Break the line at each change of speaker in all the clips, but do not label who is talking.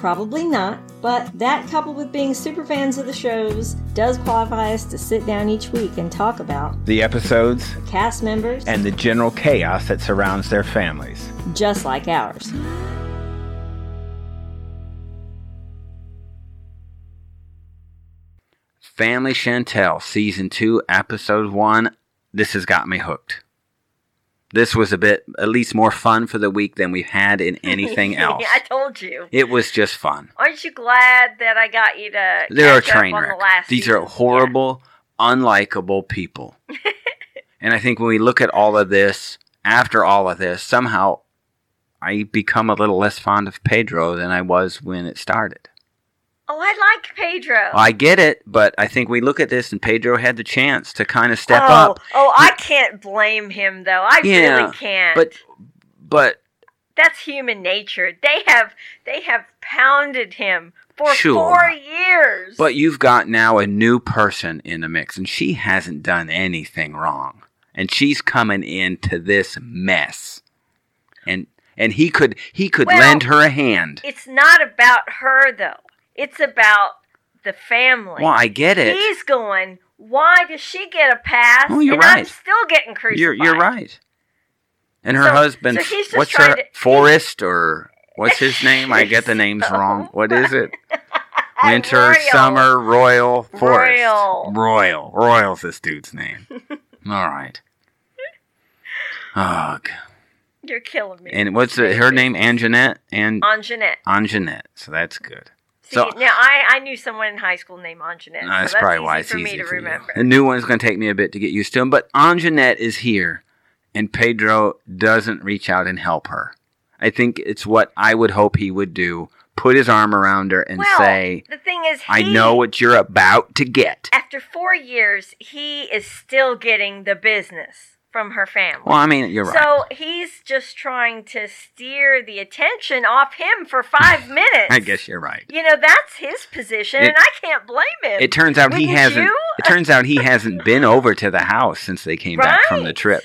Probably not, but that coupled with being super fans of the shows does qualify us to sit down each week and talk about
The episodes
cast members
and the general chaos that surrounds their families.
just like ours.
Family Chantel, Season 2, Episode 1. This has got me hooked. This was a bit, at least more fun for the week than we've had in anything else.
I told you.
It was just fun.
Aren't you glad that I got you to?
They're a
catch up
train
on the
wreck.
last
These
season?
are horrible, unlikable people. and I think when we look at all of this, after all of this, somehow I become a little less fond of Pedro than I was when it started.
Yeah. Oh, I like Pedro.
I get it, but I think we look at this and Pedro had the chance to kind of step
oh,
up.
Oh, I can't blame him though. I
Yeah,
really can't.
But but
that's human nature. They have they have pounded him for
Sure.
four years.
but you've got now a new person in the mix and she hasn't done anything wrong. And she's coming into this mess. And and he could he could
Well-
lend her a hand.
it's not about her though. It's about the family.
Well, I get it.
He's going. Why does she get a pass?
Well, you're
and I'm
right.
still getting crucified.
You're you're right. And her
So-
husband,
so he's just
what's
trying
her
to-
Forrest or what's his name? I get the names wrong. What is it? Winter,
Royal.
summer, royal, forest.
Royal.
royal, royal's this dude's name. All right. Ugh.
You're killing me.
And what's the, her name? Anjanette and
Anjanette.
Anjanette. So that's good.
See,
So-
now I, I knew someone in high school named Anjanette.
No,
so
that's probably why it's
for
easy
me to
for you.
remember.
The new one's going to take me a bit to get used to him, but Anjanette is here, and Pedro doesn't reach out and help her. I think it's what I would hope he would do: put his arm around her and
well,
say,
the thing is, he,
"I know what you're about to get."
After four years, he is still getting the business from her family.
Well, I mean, you're right.
So he's just trying to steer the attention off him for five minutes.
I guess you're right.
You know that's his position,
It-
and I can't blame him.
It turns out he
Wouldn't
hasn't.
you?
It turns out he hasn't been over to the house since they came back from the
Right.
trip.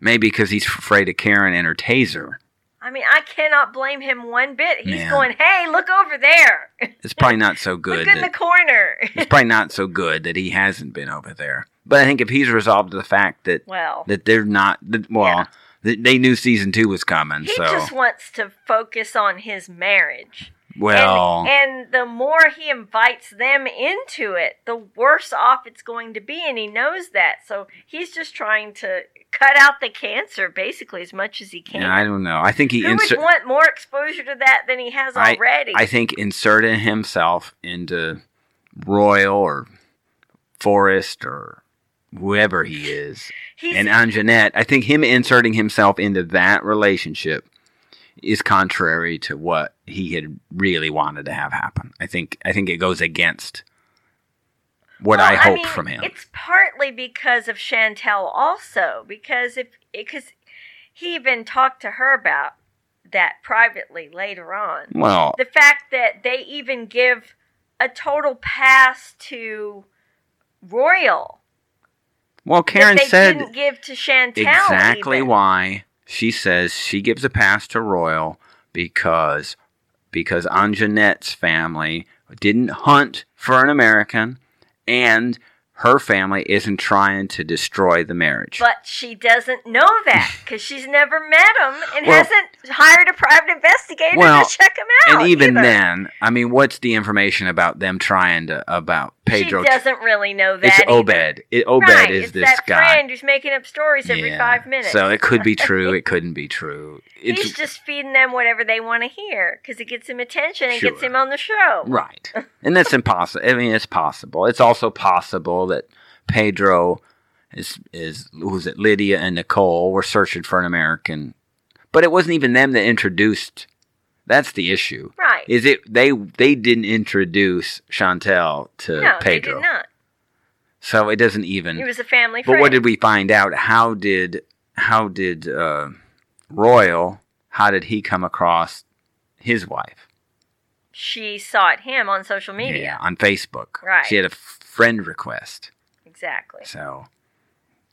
Maybe because he's afraid of Karen and her taser.
I mean, I cannot blame him one bit. He's
Man.
going, "Hey, look over there!
It's probably not so good.
look in
that-
the corner."
it's probably not so good that he hasn't been over there. But I think if he's resolved to the fact that
well,
that they're not that, well,
Yeah.
that they knew season two was coming,
he
so
just wants to focus on his marriage.
well,
and, and the more he invites them into it, the worse off it's going to be, and he knows that. So he's just trying to cut out the cancer basically as much as he can.
yeah, I don't know. I think he
Who
insert.
would want more exposure to that than he has
I-
already?
I think inserting himself into Royal or Forrest or whoever he is,
he's,
and Anjanette. I think him inserting himself into that relationship is contrary to what he had really wanted to have happen. I think I think it goes against what I
Well,
hoped
mean,
from him.
It's partly because of Chantel, also because if because he even talked to her about that privately later on.
Well,
The fact that they even give a total pass to Royal
well, Karen
that they
said
didn't give to Chantel
exactly
even.
why she says she gives a pass to Royal because because Anjanette's family didn't hunt for an American and her family isn't trying to destroy the marriage.
But she doesn't know that because she's never met him and
Well-
hasn't hired a private investigator
Well,
to check him out.
and even
either.
then, I mean, what's the information about them trying to about Pedro?
she doesn't really know that.
it's
either.
Obed. It, Obed
right,
is
it's
this
that
guy.
friend who's making up stories every
Yeah.
five minutes.
So it could be true. It couldn't be true. It's
he's just feeding them whatever they want to hear because it gets him attention and gets
Sure.
him on the show.
Right. And that's impossible. I mean, it's possible. It's also possible that Pedro is is who was it Lydia and Nicole were searching for an American, but it wasn't even them that introduced. That's the issue.
Right.
Is it they they didn't introduce Chantel to
no, they
uh, Pedro,
did not.
so it doesn't even.
It was a family
Mm. but
friend.
what did we find out? How did how did uh, Royal? How did he come across his wife?
She sought him on social media.
Yeah, on Facebook.
Right.
She had a f- friend request.
Exactly.
So,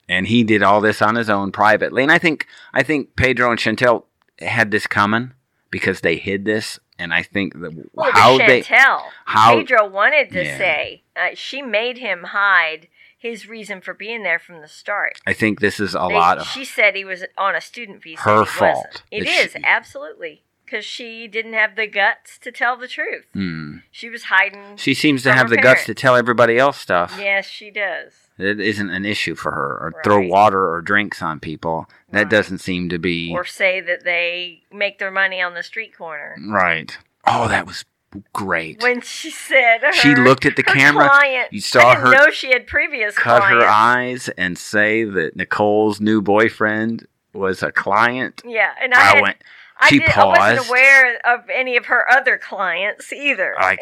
and he did all this on his own privately. And I think I think Pedro and Chantel had this common because they hid this. And I think the,
Well,
how
to
they
Chantel,
how-
Pedro wanted to
Yeah.
say uh, she made him hide his reason for being there from the start.
I think this is a
They-
lot of
She said he was on a student visa.
her
he
fault.
Wasn't. It
It's-
is absolutely because she didn't have the guts to tell the truth.
Mm.
She was hiding.
She seems to
From
have
her
the guts to
parents.
tell everybody else stuff.
yes, she does.
It isn't an issue for her, or throw
Right.
water or drinks on people. That
Right.
doesn't seem to be
Or say that they make their money on the street corner.
right. Oh, that was great.
When she said her,
she looked at the
her
camera.
client,
You saw
I didn't
her
know she had previous
cut
clients.
her eyes and say that Nicole's new boyfriend was a client.
Yeah, and I,
I,
had,
went
I,
she
did, I wasn't
paused.
aware of any of her other clients either.
like,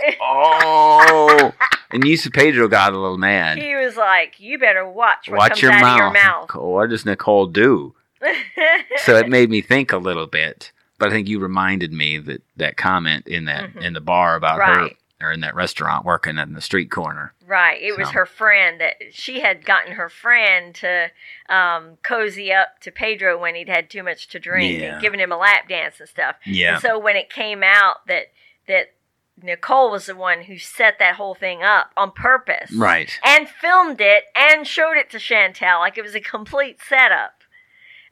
oh, and you see Pedro got a little mad.
he was like, "You better watch what
Watch
comes
your
out
mouth.
of your mouth."
Nicole. What does Nicole do? So it made me think a little bit. But I think you reminded me that that comment in that
Mhm.
in the bar about
Right.
her or in that restaurant working in the street corner.
right, it was
So.
her friend that she had gotten her friend to um, cozy up to Pedro when he'd had too much to drink
Yeah.
and giving him a lap dance and stuff.
Yeah.
And so when it came out that that Nicole was the one who set that whole thing up on purpose,
Right.
and filmed it and showed it to Chantel. Like it was a complete setup.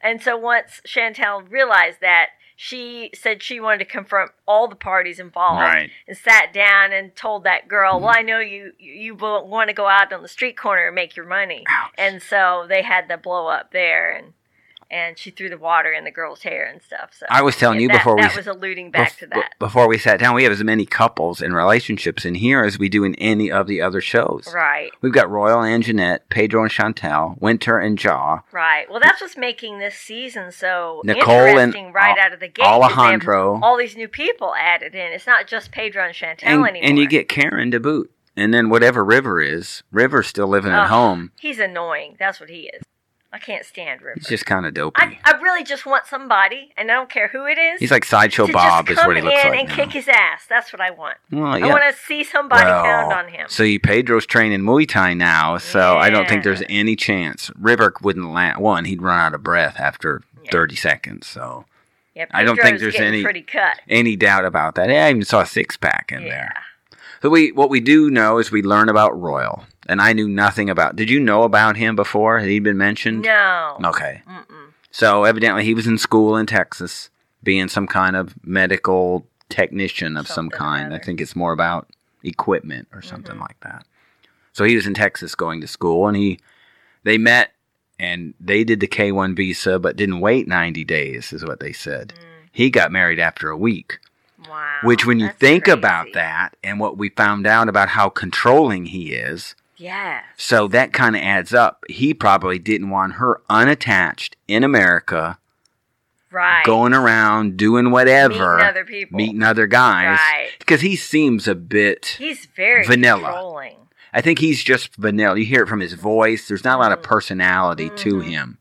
And so once Chantel realized that, she said she wanted to confront all the parties involved
Right. Mm-hmm.
and sat down and told that girl, "Well, I know you you want to go out on the street corner and make your money."
Ouch.
And so they had the blow up there and and she threw the water in the girl's hair and stuff. So
I was telling
yeah,
you
that,
before we
that was alluding back
Bef-
to
b-
that.
Before we sat down, we have as many couples and relationships in here as we do in any of the other shows.
Right.
We've got Royal and Jeanette, Pedro and Chantel, Winter and Jaw,
Right. Well, that's what's making this season so
Nicole and
interesting right
Al-
out of the gate. 'cause they have
Alejandro.
all these new people added in. It's not just Pedro and Chantel
and,
anymore.
and you get Karen to boot. And then whatever River is, River's still living at
Ugh.
home.
He's annoying. That's what he is. I can't stand River.
It's just kind of dopey.
I, I really just want somebody, and I don't care who it is.
He's like sideshow
to
Bob, is
just come
what he looks
in
like.
and
now.
kick his ass. That's what I want.
well,
I
yeah.
want to see somebody
Well,
pound on him.
So you Pedro's training Muay Thai now, so I don't think
Yeah.
there's any chance. River wouldn't last. One, he'd run out of breath after
Yeah.
30 seconds. So
yeah,
I don't think
Pedro's
there's
getting
any-
pretty cut.
any doubt about that. Yeah, I even saw a six pack in
yeah.
there. So we what we do know is we learn about Royal, and I knew nothing about. Did you know about him before? Had he been mentioned?
No.
Okay.
Mm-mm.
So evidently he was in school in Texas, being some kind of medical technician of some
Something or
kind. I
other.
think it's more about equipment or something
Mhm.
like that. So he was in Texas going to school, and he they met. And they did the K 1 visa, but didn't wait 90 days, is what they said.
Mm.
He got married after a week.
Wow.
Which, when you
That's
think
crazy.
about that and what we found out about how controlling he is,
Yes.
so that kind of adds up. He probably didn't want her unattached in America,
Right.
going around doing
Meeting
whatever,
other people.
meeting other guys.
Right.
Because he seems a bit,
He's very
Vanilla.
controlling.
I think he's just vanilla. You hear it from his voice, there's not a lot of
Mhm.
personality to
Mhm.
him,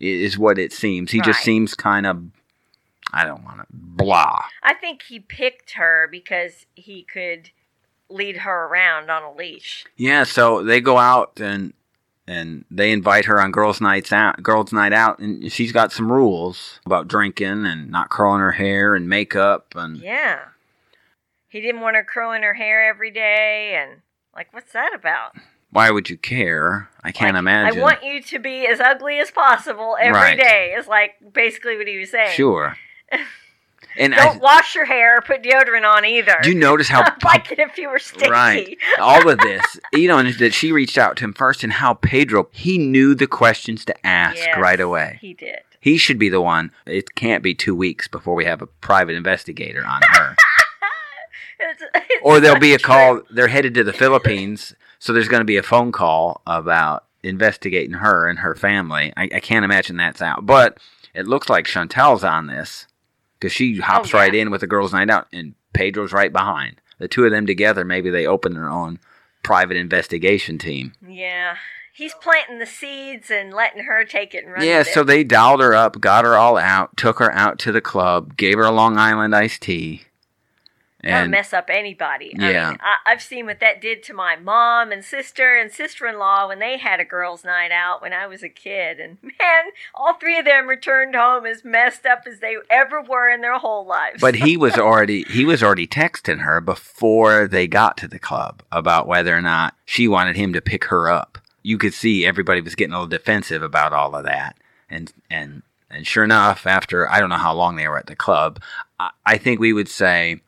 i- is what it seems. He just
Right.
seems kind of, I don't want to, blah.
I think he picked her because he could lead her around on a leash.
Yeah, so they go out and and they invite her on girls' nights out, girls' night out, and she's got some rules about drinking and not curling her hair and makeup and
Yeah. He didn't want her curling her hair every day and like what's that about?
why would you care? I can't
Like,
imagine.
I want you to be as ugly as possible every
Right.
day. Is like basically what he was saying.
sure. and
Don't
I,
wash your hair or put deodorant on either.
do you notice how
like it if you were stinky.
Right. all of this, you know, and that she reached out to him first, and how Pedro he knew the questions to ask
Yes,
right away.
He did.
He should be the one. It can't be two weeks before we have a private investigator on her.
It's- it's
or there'll be a
not
call.
true.
They're headed to the Philippines, so there's going to be a phone call about investigating her and her family. I, I can't imagine that's out, but it looks like Chantel's on this because she hops
yeah.
right in with the girls' night out, and Pedro's right behind. The two of them together, maybe they open their own private investigation team.
Yeah. he's planting the seeds and letting her take it and run.
yeah,
with
so
it.
they dialed her up, got her all out, took her out to the club, gave her a Long Island iced tea.
That'll
And
mess up anybody. I
Yeah.
mean, I, I've seen what that did to my mom and sister and sister-in-law when they had a girls' night out when I was a kid, and man, all three of them returned home as messed up as they ever were in their whole lives.
but he was already he was already texting her before they got to the club about whether or not she wanted him to pick her up. You could see everybody was getting a little defensive about all of that. And and and sure enough, after I don't know how long they were at the club, I, I think we would say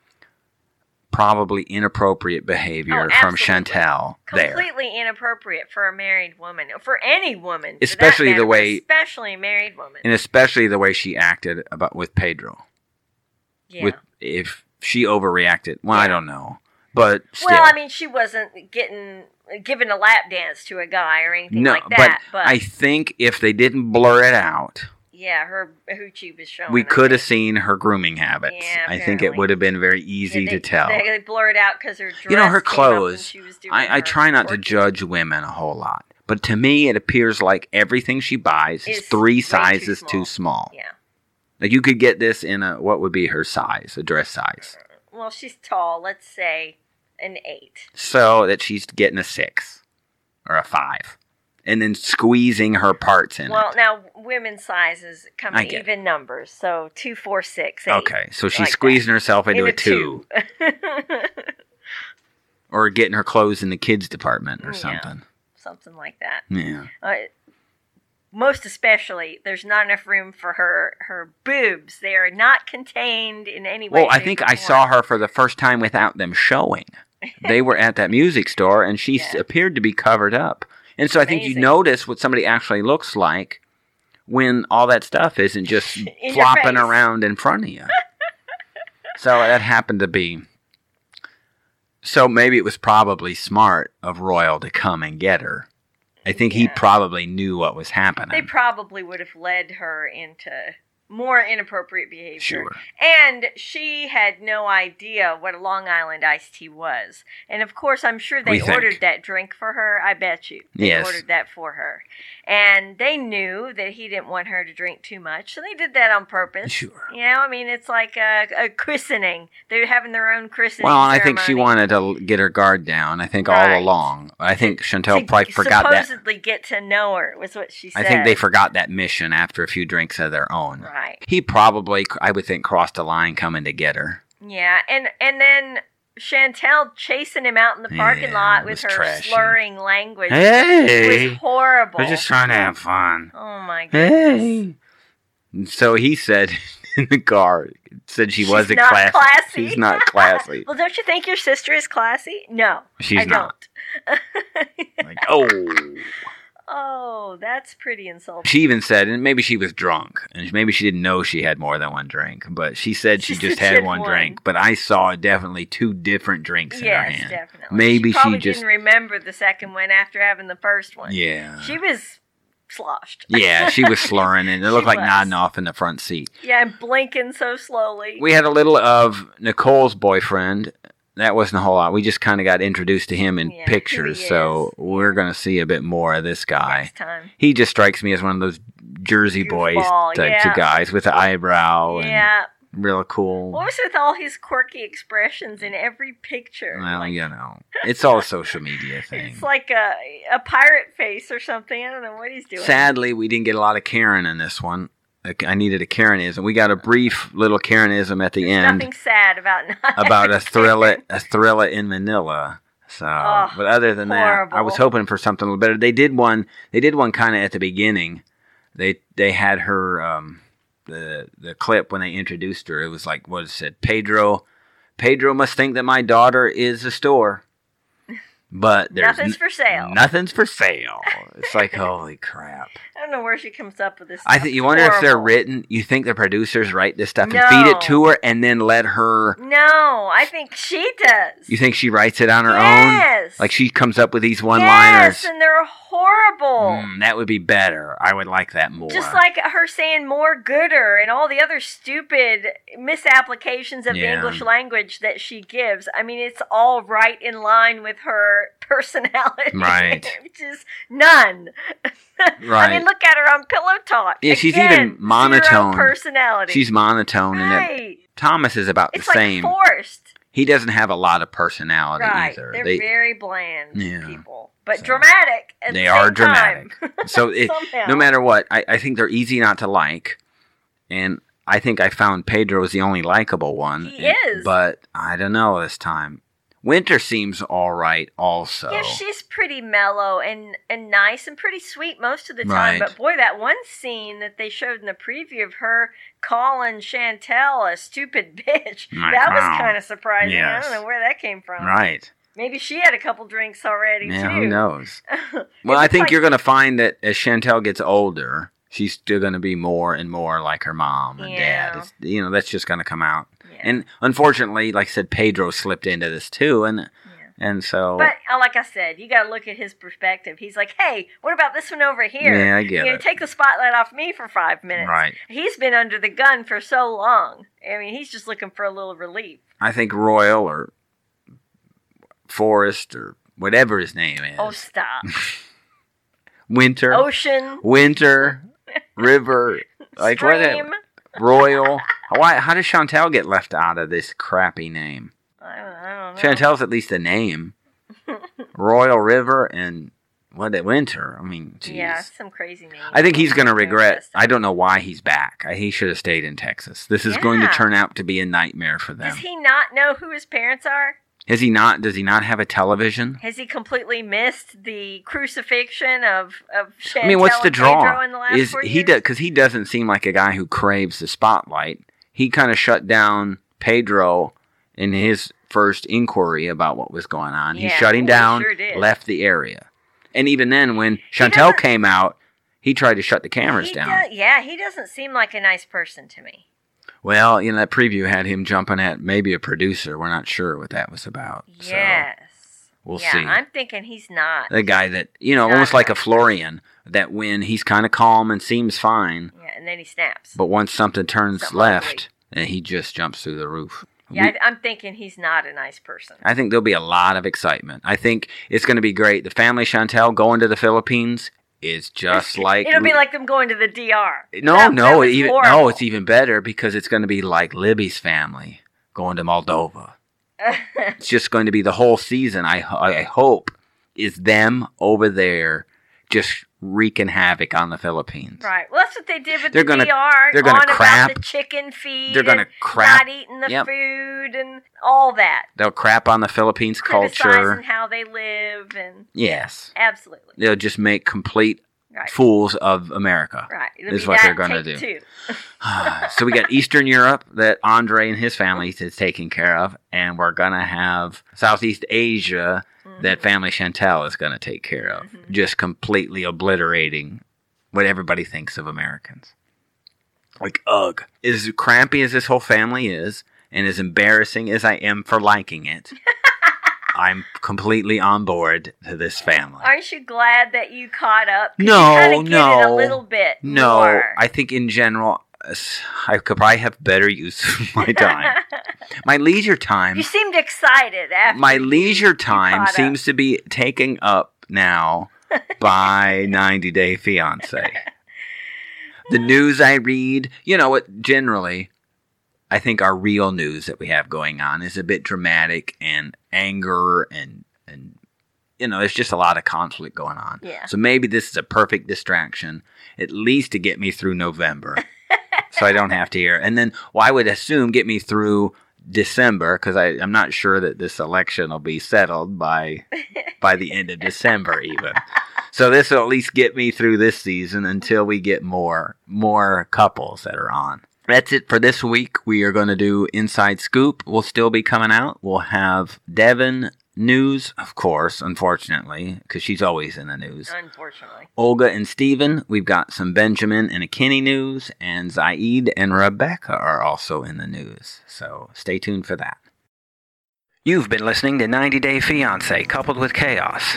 probably inappropriate behavior from
Oh, absolutely.
Chantel there.
completely inappropriate for a married woman, for any woman, for that
Especially the
matter, but
way-
especially a married woman.
and especially the way she acted about with Pedro.
yeah.
With if she overreacted, well, I
Yeah.
don't know, but still,
well, I mean, she wasn't getting giving a lap dance to a guy or anything
no.
like that.
but, I think if they didn't blur it out,
yeah, her hoochie was showing.
we
I
could have
think.
seen her grooming habits.
Oh, Yeah,
I think it
apparently.
would have been very
Yeah,
easy
they-
to tell.
They, they blurred out because her dress
You know, her
came up when
clothes,
she was doing
I, I
her
try not to
work.
judge women a whole lot, but to me, it appears like everything she buys is,
Is
three
way too
sizes
small.
too small.
Yeah.
Like you could get this in a what would be her size, a dress size,
Well, she's tall. Let's say an eight.
so that she's getting a six or a five, and then squeezing her parts in.
Well,
it.
now women's sizes come
I
in
get it.
even numbers, so two, four, six, eight.
Okay, so she's
like that.
squeezing herself into
In
a, two, or getting her clothes in the kids department or
Yeah.
something.
something like that.
Yeah.
Uh, most especially, there's not enough room for her her boobs. They are not contained in any way.
Well, I
shape,
think
or
I
form.
saw her for the first time without them showing. they were at that music store, and she s
Yeah.
appeared to be covered up. And so I think you
Amazing.
notice what somebody actually looks like when all that stuff isn't just
your
flopping
face.
around in front of you. so that happened to be. So maybe it was probably smart of Royal to come and get her. I think he
Yeah.
probably knew what was
They
happening.
probably would have led her into more inappropriate behavior.
sure.
And she had no idea what a Long Island iced tea was. And of course, I'm sure
We
they
think.
ordered that drink for her. I bet you. They
Yes.
ordered that for her. And they knew that he didn't want her to drink too much. So they did that on purpose.
Sure.
You know, I mean, it's like a, a christening. They're having their own christening.
Well, and I think she
ceremony
wanted to l- get her guard down. I think
Right.
all along. I think Chantel
to
probably forgot that.
supposedly get to know her was what she said.
I think they forgot that mission after a few drinks of their own.
right.
He probably, I would think, crossed the line coming to get her.
Yeah, and and then Chantel chasing him out in the parking
Yeah,
lot
it
with
was
her
trashy.
slurring language was
Hey,
horrible.
trying to have fun.
oh my god.
Hey. So he said in the car, said she
She's
wasn't
not
classy.
classy.
She's not classy.
Well, don't you think your sister is classy? No,
She's
I
not.
don't.
Like, oh.
oh, that's pretty insulting.
She even said, and maybe she was drunk, and maybe she didn't know she had more than one drink, but she said she,
She
just
said she
had
had
one
one.
drink. But I saw definitely two different drinks in her
yes,
hand.
definitely.
Maybe she
she, probably
just-
didn't remember the second one after having the first one.
Yeah.
she was sloshed.
yeah, she was slurring and it
She
looked like
was.
nodding off in the front seat.
Yeah, and blinking so slowly.
We had a little of Nicole's boyfriend. That wasn't a whole lot. We just kind of got introduced to him in
Yeah, who he
pictures, so
is.
we're going to see a bit more of this guy.
next time.
He just strikes me as one of those Jersey boys
Goofball,
types
yeah.
of guys with the eyebrow
yeah.
Oh, and real cool.
What was with all his quirky expressions in every picture?
Well,
Like,
you know, it's all a social media thing.
It's like a a pirate face or something. I don't know what he's doing.
Sadly, we didn't get a lot of Karen in this one. Like, I needed a Karenism. We got a brief little Karenism at the end.
Nothing sad about not
about a
having
thriller
kids.
a thriller in Manila. So,
Ugh,
but other than that, I was
horrible.
hoping for something a little better. They did one. They did one kind of at the beginning. They they had her um, the the clip when they introduced her. It was like what it said. Pedro, Pedro must think that my daughter is a store, but there's
Nothing's
n-
for sale.
Nothing's for sale. It's like holy crap.
I don't know where she comes up with this.
I
stuff.
think you wonder if they're
Horrible.
written. You think the producers write this stuff and feed
No.
it to her, and then let her.
No, I think she does.
You think she writes it on her own?
yes.
Like she comes up with these
Yes,
one-liners.
and they're horrible.
Mm, that would be better. I would like that more.
Just like her saying more gooder and all the other stupid misapplications of the
Yeah.
English language that she gives. I mean, it's all right in line with her her personality,
Right.
which is none.
Right.
I mean, look at her on Pillow Talk.
Yeah, she's
Again,
even
zero
monotone.
personality.
She's monotone, and that
right.
Thomas is about
It's
the
like
same.
forced.
he doesn't have a lot of personality
Right.
either.
They're
They
very bland
Yeah.
people, but
So,
dramatic. At
they
the
are
same
dramatic.
Time.
so it,
Somehow.
no matter what, I, I think they're easy not to like, and I think I found Pedro is the only likable one.
He is.
but I don't know this time. Winter seems all right, also.
Yeah, she's pretty mellow and and nice and pretty sweet most of the time.
Right.
But boy, that one scene that they showed in the preview of her calling Chantel a stupid bitch.
My
that
God.
was kind of surprising. I
Yes.
don't know where that came from.
right.
Maybe she had a couple drinks already
Yeah,
too.
who knows?
It
Well, I
looks
think
like-
you're going to find that as Chantel gets older, she's still going to be more and more like her mom and
Yeah.
dad. It's, you know, that's just going to come out.
Yeah.
And unfortunately, like I said, Pedro slipped into this too, and
Yeah.
and so
But uh, like I said, you got to look at his perspective. He's like, "Hey, what about this one over here?
yeah, I get
you know,
it.
take the spotlight off me for five minutes."
Right.
He's been under the gun for so long. I mean, he's just looking for a little relief.
I think Royal or Forrest or whatever his name is,
Oh, stop.
Winter,
Ocean.
Winter, River, like what?
stream.
Royal. Why? How does Chantel get left out of this crappy name?
I don't, I don't know.
Chantel's at least a name. Royal River and what a winter. I mean, geez.
yeah, some crazy name.
I think he's going to regret.
Interesting.
I don't know why he's back. I, he should have stayed in Texas. This is going to
Yeah.
turn out to be a nightmare for them.
Does he not know who his parents are?
Is he not? Does he not have a television?
Has he completely missed the crucifixion of of Chantel
I mean, what's the
and
draw?
Pedro in the last
Is
four
he
years?
does because he doesn't seem like a guy who craves the spotlight. He kind of shut down Pedro in his first inquiry about what was going on. he
Yeah,
shut him
he
down,
sure did.
left the area, and even then, when Chantel
doesn't-
came out, he tried to shut the cameras
He
down.
do- yeah, he doesn't seem like a nice person to me.
Well, you know that preview had him jumping at maybe a producer. We're not sure what that was about.
Yes.
we'll
yeah,
see.
I'm thinking he's not.
So the guy that you know, almost like a Florian, that when he's kind of calm and seems fine,
Yeah, and then he snaps.
But once something turns
Something
left, and he just jumps through the roof.
yeah,
We-
I, I'm thinking he's not a nice person.
I think there'll be a lot of excitement. I think it's going to be great. The family Chantel going to the Philippines is just like
It'll be like them going to the DR.
no,
That- that
no,
was
it even no,
horrible.
it's even better because it's going to be like Libby's family going to Moldova. It's just going to be the whole season. I ho- I hope is them over there just wreaking havoc on the Philippines.
Right. Well, that's what they did with
They're
the
gonna-
DR.
they're gonna
on about
crap.
the chicken feed.
They're gonna
and
crap.
Not eating the
Yep.
food and all that.
They'll crap on the Philippines
Criticizing
culture.
how they live and
Yes.
absolutely
they'll just make complete
right.
fools of America.
Right. It'll
This
be
is what
that
they're gonna
take
do.
two.
so we got Eastern Europe that Andre and his family is taking care of, and we're gonna have Southeast Asia
Mm-hmm.
that family Chantel is gonna take care of, just completely obliterating what everybody thinks of Americans. Like, ugh. As crampy as this whole family is, and as embarrassing as I am for liking it, I'm completely on board to this family.
Aren't you glad that you caught up? 'Cause
No,
you kinda get It a
no.
little bit.
No,
more.
I think in general, s- I could probably have better use of my time. my leisure time,
you seemed excited after.
my
you-
leisure
you
time
caught up.
seems to be taken up now by 90 Day Fiance. The news I read, you know what? Generally, I think our real news that we have going on is a bit dramatic and anger and and you know, there's just a lot of conflict going on.
Yeah.
So maybe this is a perfect distraction, at least to get me through November, so I don't have to hear. And then, well, I would assume get me through December because I'm not sure that this election will be settled by by the end of December even. So this will at least get me through this season until we get more more couples that are on. That's it for this week. We are going to do Inside Scoop. We'll still be coming out. We'll have Devin news, of course, unfortunately, because she's always in the news.
Unfortunately.
Olga and Steven. We've got some Benjamin and Akinny news, and Zaid and Rebecca are also in the news. So stay tuned for that. You've been listening to 90 Day Fiancé coupled with chaos.